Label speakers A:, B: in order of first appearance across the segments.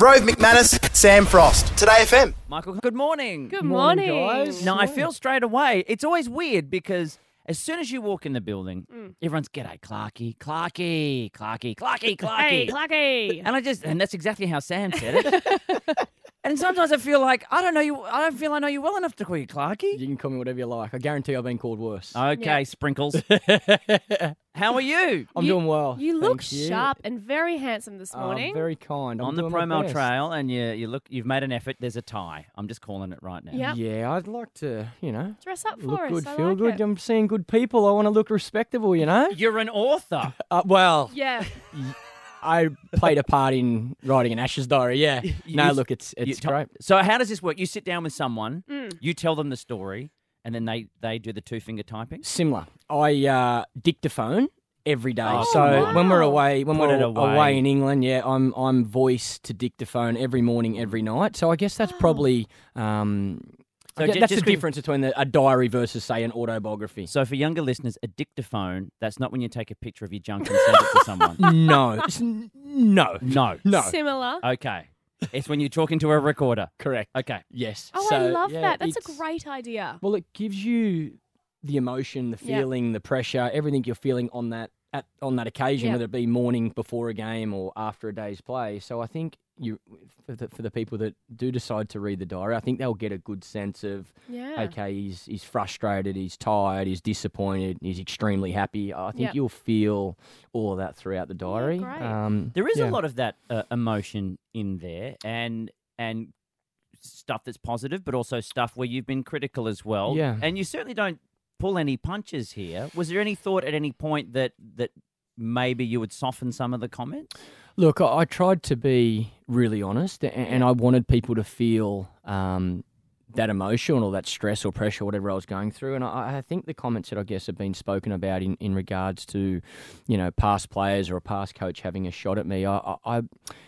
A: Rove McManus, Sam Frost. Today FM.
B: Michael, good morning.
C: Good morning.
D: guys.
B: Now, I feel straight away, it's always weird because as soon as you walk in the building,
D: Mm.
B: everyone's, G'day, Clarky, Clarky, Clarky, Clarky, Clarky.
C: Hey, Clarky.
B: And I just, and that's exactly how Sam said it. and sometimes I feel like, I don't know you, I don't feel I know you well enough to call you Clarky.
D: You can call me whatever you like. I guarantee I've been called worse.
B: Okay, Sprinkles. how are you?
D: I'm
C: You-
D: doing well.
C: You look
D: Oh, thank you.
C: sharp and very handsome this
D: Oh,
C: morning.
D: very kind. I'm
B: on the
D: doing my
B: promo
D: best.
B: trail, and you, you look, you've made an effort. There's a tie. I'm just calling it right now.
C: Yep.
D: Yeah, I'd like to, you know,
C: Dress up for
D: look
C: us.
D: good,
C: I
D: feel
C: like
D: good.
C: It.
D: I'm seeing good people. I want to look respectable, you know.
B: You're an author.
D: Uh, well,
C: Yeah.
D: I played a part in writing an Ashes diary. Yeah. no,
B: you-
D: look, it's
B: You
D: it's
B: to-
D: great.
B: So how does this work? You sit down with someone, you tell them the story, and then they they do the two finger typing.
D: Similar. I uh, dictaphone every day.
B: Oh,
D: so when we're
C: wow.
D: away, when
B: Put
D: we're
B: it
D: away.
B: away.
D: in England, yeah, I'm I'm voice to dictaphone every morning, every night. So I guess that's probably. Um,
B: So
D: I
B: ju-
D: guess
B: just
D: that's the
B: quick-
D: difference between the, a diary versus, say, an autobiography.
B: So for younger listeners, a dictaphone, that's not when you take a picture of your junk and send it to someone.
D: no, It's n- no,
B: No.
D: no.
C: Similar.
B: Okay. It's when you're talking to a recorder.
D: Correct.
B: Okay.
D: Yes.
C: Oh, I
D: So,
C: love
D: yeah,
C: that. That's a
D: it's-
C: great idea.
D: Well, it gives you the emotion, the
C: Yeah.
D: feeling, the pressure, everything you're feeling on that at, on that occasion,
C: Yeah.
D: whether it be morning before a game or after a day's play. So I think you for the, for the people that do decide to read the diary, I think they'll get a good sense of
C: Yeah.
D: okay, he's he's frustrated, he's tired, he's disappointed, he's extremely happy. I think
C: Yeah.
D: you'll feel all of that throughout the diary.
C: great.
D: um,
B: There is
D: yeah.
B: a lot of that uh, emotion in there, and and stuff that's positive, but also stuff where you've been critical as well.
D: Yeah.
B: And you certainly don't pull any punches here. Was there any thought at any point that that maybe you would soften some of the comments?
D: Look, I, I tried to be really honest, and, and I wanted people to feel um, that emotion or that stress or pressure, whatever I was going through. And I, I think the comments that I guess have been spoken about in, in regards to, you know, past players or a past coach having a shot at me, I, I, I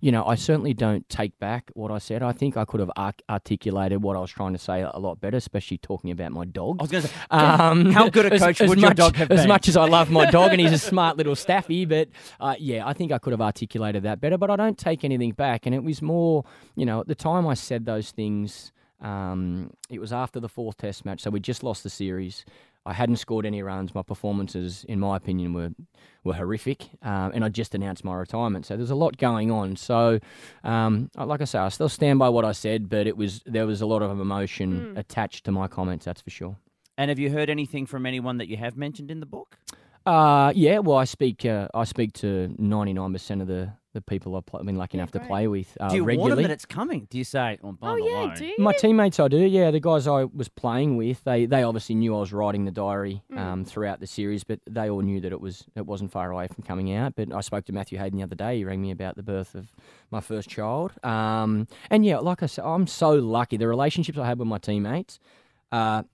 D: you know, I certainly don't take back what I said. I think I could have arc- articulated what I was trying to say a lot better, especially talking about my dog.
B: I was going to say,
D: Um,
B: How good a
D: as-
B: coach
D: as
B: would your
D: much-
B: dog have
D: As
B: been?
D: much as I love my dog and he's a smart little staffy, but uh, yeah, I think I could have articulated that better. But I don't take anything back, and it was more, you know, at the time I said those things. Um, it was after the fourth Test match, so we just lost the series. I hadn't scored any runs. My performances, in my opinion, were were horrific, um, and I just announced my retirement. So there's a lot going on. So, um, I- like I say, I still stand by what I said, but it was there was a lot of emotion
B: Hmm.
D: attached to my comments. That's for sure.
B: And have you heard anything from anyone that you have mentioned in the book?
D: Uh, yeah. Well, I speak. Uh, I speak to ninety nine percent of the the people I've pl- been lucky enough to play with uh,
B: Do you warn them
D: regularly.
B: that it's coming? Do you say, "Oh, by
C: Oh,
B: the
C: yeah,
B: way,
C: do
D: My
C: you?
D: teammates, I do. Yeah, the guys I was playing with, they they obviously knew I was writing the diary um, throughout the series, but they all knew that it was it wasn't far away from coming out. But I spoke to Matthew Hayden the other day. He rang me about the birth of my first child. Um, and yeah, like I said, I'm so lucky. The relationships I had with my teammates. Uh,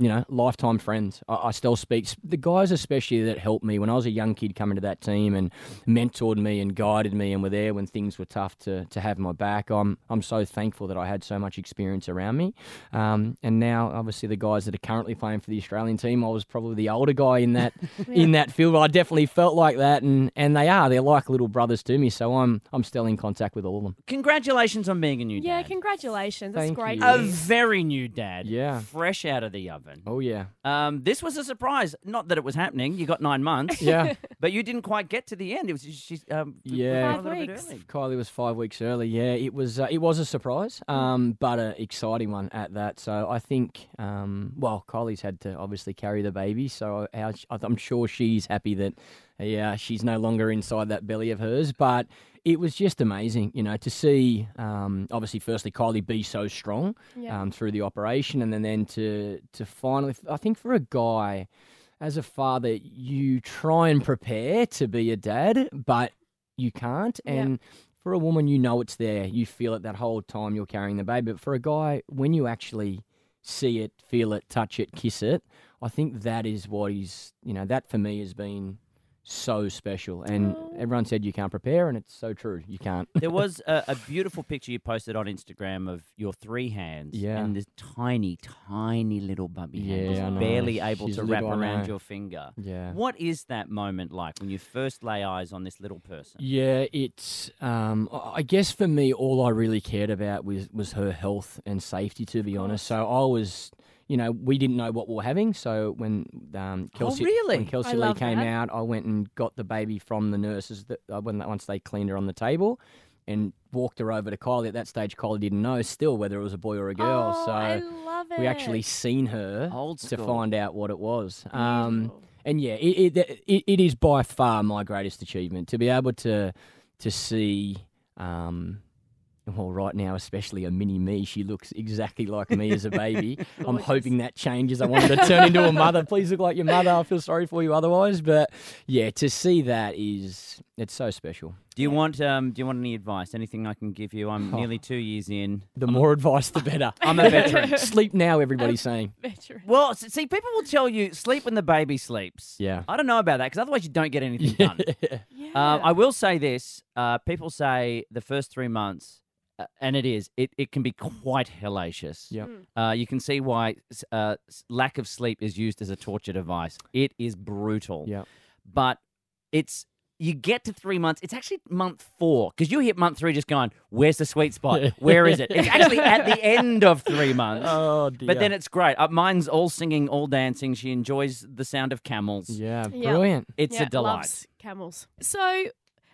D: you know, lifetime friends. I, I still speak. The guys, especially, that helped me when I was a young kid coming to that team and mentored me and guided me and were there when things were tough to, to have my back. I'm, I'm so thankful that I had so much experience around me. Um, and now, obviously, the guys that are currently playing for the Australian team, I was probably the older guy in that in that field. I definitely felt like that, and, and they are. They're like little brothers to me. So I'm I'm still in contact with all of them.
B: congratulations on being a new
C: Yeah,
B: dad."
C: congratulations. That's
D: Thank
C: great.
D: you.
B: a
C: news.
B: very new dad.
D: Yeah.
B: Fresh out of the oven.
D: Oh yeah,
B: Um, this was a surprise. Not that it was happening. You got nine months.
D: yeah.
B: But you didn't quite get to the end. It was she's um,
D: Yeah.
B: a little bit
C: Five weeks.
B: early.
D: Kylie was five weeks early. Yeah, it was. Uh, it was a surprise, um, but an exciting one at that. So I think, um, well, Kylie's had to obviously carry the baby, so our, I'm sure she's happy that, yeah, she's no longer inside that belly of hers. But it was just amazing, you know, to see. Um, obviously, firstly, Kylie be so strong
C: Yeah.
D: um, through the operation, and then then to to finally, I think for a guy. As a father, you try and prepare to be a dad, but you can't.
C: Yeah.
D: And for a woman, you know it's there. You feel it that whole time you're carrying the baby. But for a guy, when you actually see it, feel it, touch it, kiss it, I think that is what is, you know, that for me has been so special. And everyone said you can't prepare, and it's so true. You can't.
B: There was a, a beautiful picture you posted on Instagram of your three hands
D: Yeah.
B: and this tiny, tiny little bumpy hand was
D: Yeah, I know.
B: barely able
D: She's
B: to wrap
D: little, I
B: around
D: know.
B: your finger.
D: Yeah.
B: What is that moment like when you first lay eyes on this little person?
D: Yeah, it's. Um, I I guess for me, all I really cared about was was her health and safety. To be honest, so I was. You know, we didn't know what we were having, so when um, Kelsey,
B: really?
D: when Kelsey
C: Oh, I
D: Lee
C: love
D: came
C: that.
D: out, I went and got the baby from the nurses that uh, when once they cleaned her on the table, and walked her over to Kylie. At that stage, Kylie didn't know still whether it was a boy or a girl,
C: Oh,
D: so
C: I love it.
D: we actually seen her
B: Old
D: to
B: school.
D: find out what it was. Um,
C: Beautiful.
D: and yeah, it, it it it is by far my greatest achievement to be able to to see. Um, well, right now, especially a mini me, she looks exactly like me as a baby. I'm
C: Gorgeous.
D: hoping that changes. I want her to turn into a mother. Please look like your mother. I feel sorry for you otherwise. But yeah, to see that is it's so special.
B: Do you want um, Do you want any advice? Anything I can give you? I'm nearly two years in.
D: The more advice, the better.
B: I'm a veteran.
D: Sleep now, everybody's saying.
C: Veteran.
B: Well, s- see, people will tell you sleep when the baby sleeps.
D: Yeah.
B: I don't know about that because otherwise you don't get anything done.
C: Yeah.
B: Um, I will say this: uh, people say the first three months, uh, and it is it, it can be quite hellacious.
D: Yep.
C: Hmm.
B: Uh, you can see why s- uh, s- lack of sleep is used as a torture device. It is brutal.
D: Yeah.
B: But it's you get to three months. It's actually month four because you hit month three just going, "Where's the sweet spot? Where is it?" It's actually at the end of three months.
D: Oh dear.
B: But then it's great. Uh, mine's all singing, all dancing. She enjoys the sound of camels.
D: yeah,
C: Yeah.
D: brilliant.
B: It's
C: Yeah,
B: a delight.
C: Loves camels. So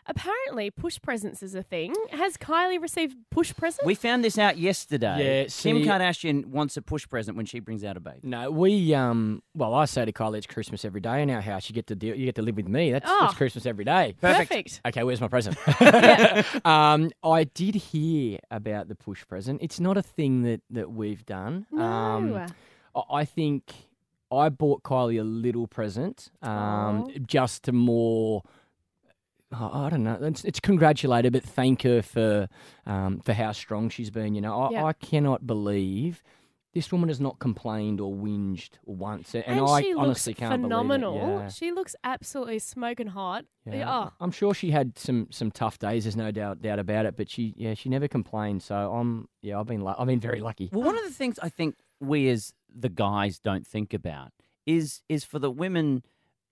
C: apparently, push presents is a thing. Has Kylie received push presents?
B: We found this out yesterday.
D: Yeah,
B: Kim
D: see-
B: Kardashian wants a push present when she brings out a baby.
D: No, we um. Well, I say to Kylie, it's Christmas every day in our house. You get to deal, you get to live with me. That's, that's
C: Oh.
D: Christmas every day.
C: Perfect.
D: Okay, where's my present? um, I did hear about the push present. It's not a thing that that we've done.
C: No.
D: Um, I- I think I bought Kylie a little present, um,
C: Aw.
D: just to more. I I don't know. It's, it's congratulate her, but thank her for um, for how strong she's been. You know, I,
C: Yeah.
D: I cannot believe this woman has not complained or whinged once, and,
C: and,
D: I
C: she
D: honestly
C: looks
D: can't
C: phenomenal.
D: believe it. Yeah.
C: She looks absolutely smoking hot.
D: Yeah.
C: Oh,
D: I'm sure she had some some tough days. There's no doubt doubt about it. But she yeah she never complained. So I'm yeah I've been lu- I've been very lucky.
B: Well, one of the things I think we as the guys don't think about is is for the women,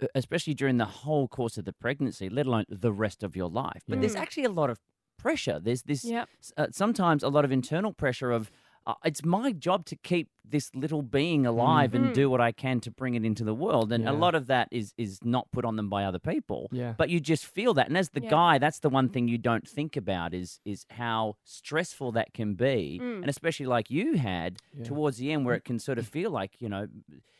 B: uh, especially during the whole course of the pregnancy, let alone the rest of your life. But there's
C: Yeah.
B: actually a lot of pressure. There's this
C: Mm. Yep.
B: s- uh, sometimes a lot of internal pressure of. Uh, it's my job to keep this little being alive
C: Mm-hmm.
B: and do what I can to bring it into the world, and
D: Yeah.
B: a lot of that is is not put on them by other people.
D: Yeah.
B: But you just feel that, and as the
C: Yeah. Mm-hmm.
B: guy, that's the one thing you don't think about is is how stressful that can be,
C: Mm.
B: and especially like you had
D: Yeah.
B: towards the end, where it can sort of feel like you know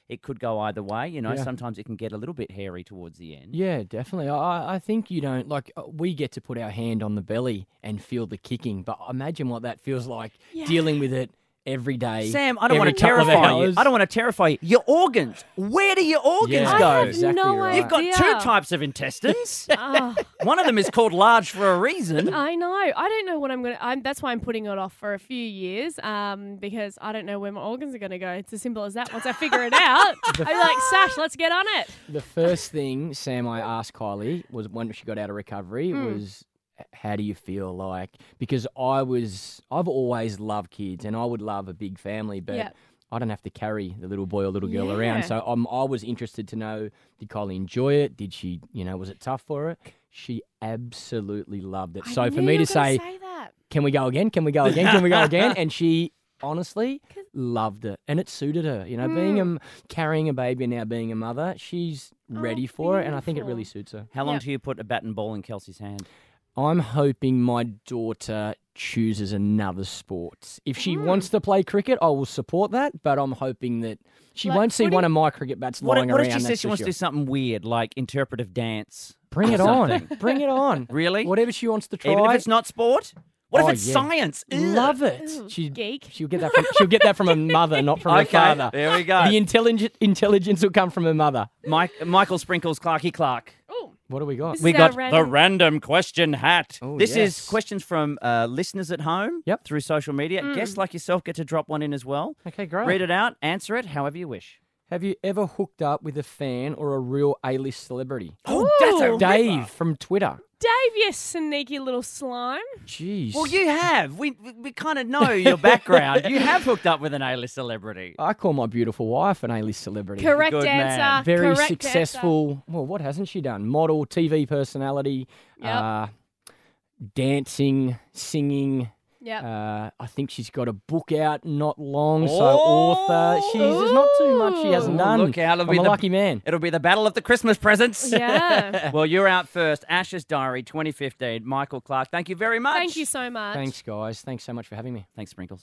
B: it could go either way. You know,
D: Yeah.
B: sometimes it can get a little bit hairy towards the end.
D: Yeah, definitely. I I- I think you don't like uh, we get to put our hand on the belly and feel the kicking. But imagine what that feels like
C: Yeah.
D: dealing with it every day.
B: Sam, I don't want
D: every
B: to
D: couple of
B: terrify you.
D: hours.
B: I don't want to terrify you. Your organs. Where do your organs
D: Yeah,
B: go?
C: I have
D: exactly
C: no
D: right.
B: You've got two
C: idea.
B: types of intestines.
C: Oh,
B: One of them is called large for a reason.
C: I know. I don't know what I'm gonna. I'm, that's why I'm putting it off for a few years, um, because I don't know where my organs are gonna go. It's as simple as that. Once I figure it out, I'm like, Sash, let's get on it.
D: The first thing Sam I asked Kylie was when she got out of recovery
C: Hmm.
D: was "H- how do you feel like because I was I've always loved kids and I would love a big family but
C: Yep.
D: I don't have to carry the little boy or little girl around
C: Yeah.
D: so I'm I was interested to know did Kylie enjoy it did she you know was it tough for her she absolutely loved it
C: I
D: so for
C: knew
D: me
C: you
D: to
C: were gonna
D: say
C: that.
D: can we go again? Can we go again? Can we go again? And she honestly loved it, and it suited her. You know, being
B: Mm.
D: a m- carrying a baby and now being a mother, she's
B: Oh,
D: ready for it, and I think it really suits her.
B: How long
C: Yeah.
B: do you put a bat and ball in Kelsey's hand?
D: I'm hoping my daughter chooses another sport. If she
B: Mm.
D: wants to play cricket, I will support that, but I'm hoping that she
C: Like,
D: won't see
C: what do
D: one
C: you-
D: of my cricket bats
B: What, if-
D: lying
B: what if
D: around.
B: she says
D: that's
B: she
D: for
B: wants to
D: sure.
B: do something weird, like interpretive dance?
D: Bring
B: or
D: it on.
B: something?
D: Bring it on.
B: Really?
D: Whatever she wants to try.
B: Even if it's not sport? What
D: Oh,
B: if it's
D: yeah.
B: science? Ugh.
D: Love it.
C: Ooh,
D: she,
C: geek.
D: She'll get that from she'll get that from a mother, not from
B: Okay,
D: her father.
B: there we go.
D: The intelligent intelligence will come from her mother.
B: Mike, Michael Sprinkles, Clarky Clark.
C: Oh,
D: What do we got?
C: This is our
B: the
C: random-
B: random question hat.
D: Oh,
B: this is
D: yes.
B: questions from uh, listeners at home
D: Yep.
C: Hmm.
B: through social media. Guests like yourself get to drop one in as well.
D: Okay, great.
B: Read it out, answer it however you wish.
D: Have you ever hooked up with a fan or a real A-list celebrity?
B: Oh, that's a
C: Ooh.
D: Dave from Twitter.
C: Dave, you sneaky little slime.
D: Jeez.
B: Well, you have. We we- we kind of know your background. you have hooked up with an A-list celebrity.
D: I call my beautiful wife an A-list celebrity.
C: Correct
B: good man.
C: answer.
D: Very
C: correct
D: successful. Well, what hasn't she done? Model, TV personality,
C: Yep.
D: uh, dancing, singing.
C: Answer. Yep.
D: Uh, I think she's got a book out not long, so author. She's there's not too much she hasn't
B: Ooh,
D: done.
B: look out, it'll
D: I'm
B: be
D: a
B: the-
D: lucky man.
B: It'll be the battle of the Christmas presents.
C: yeah.
B: well, you're out first. Ash's Diary 2015. Michael Clark, thank you very much.
C: Thank you so much.
D: Thanks, guys. Thanks so much for having me.
B: Thanks, Sprinkles.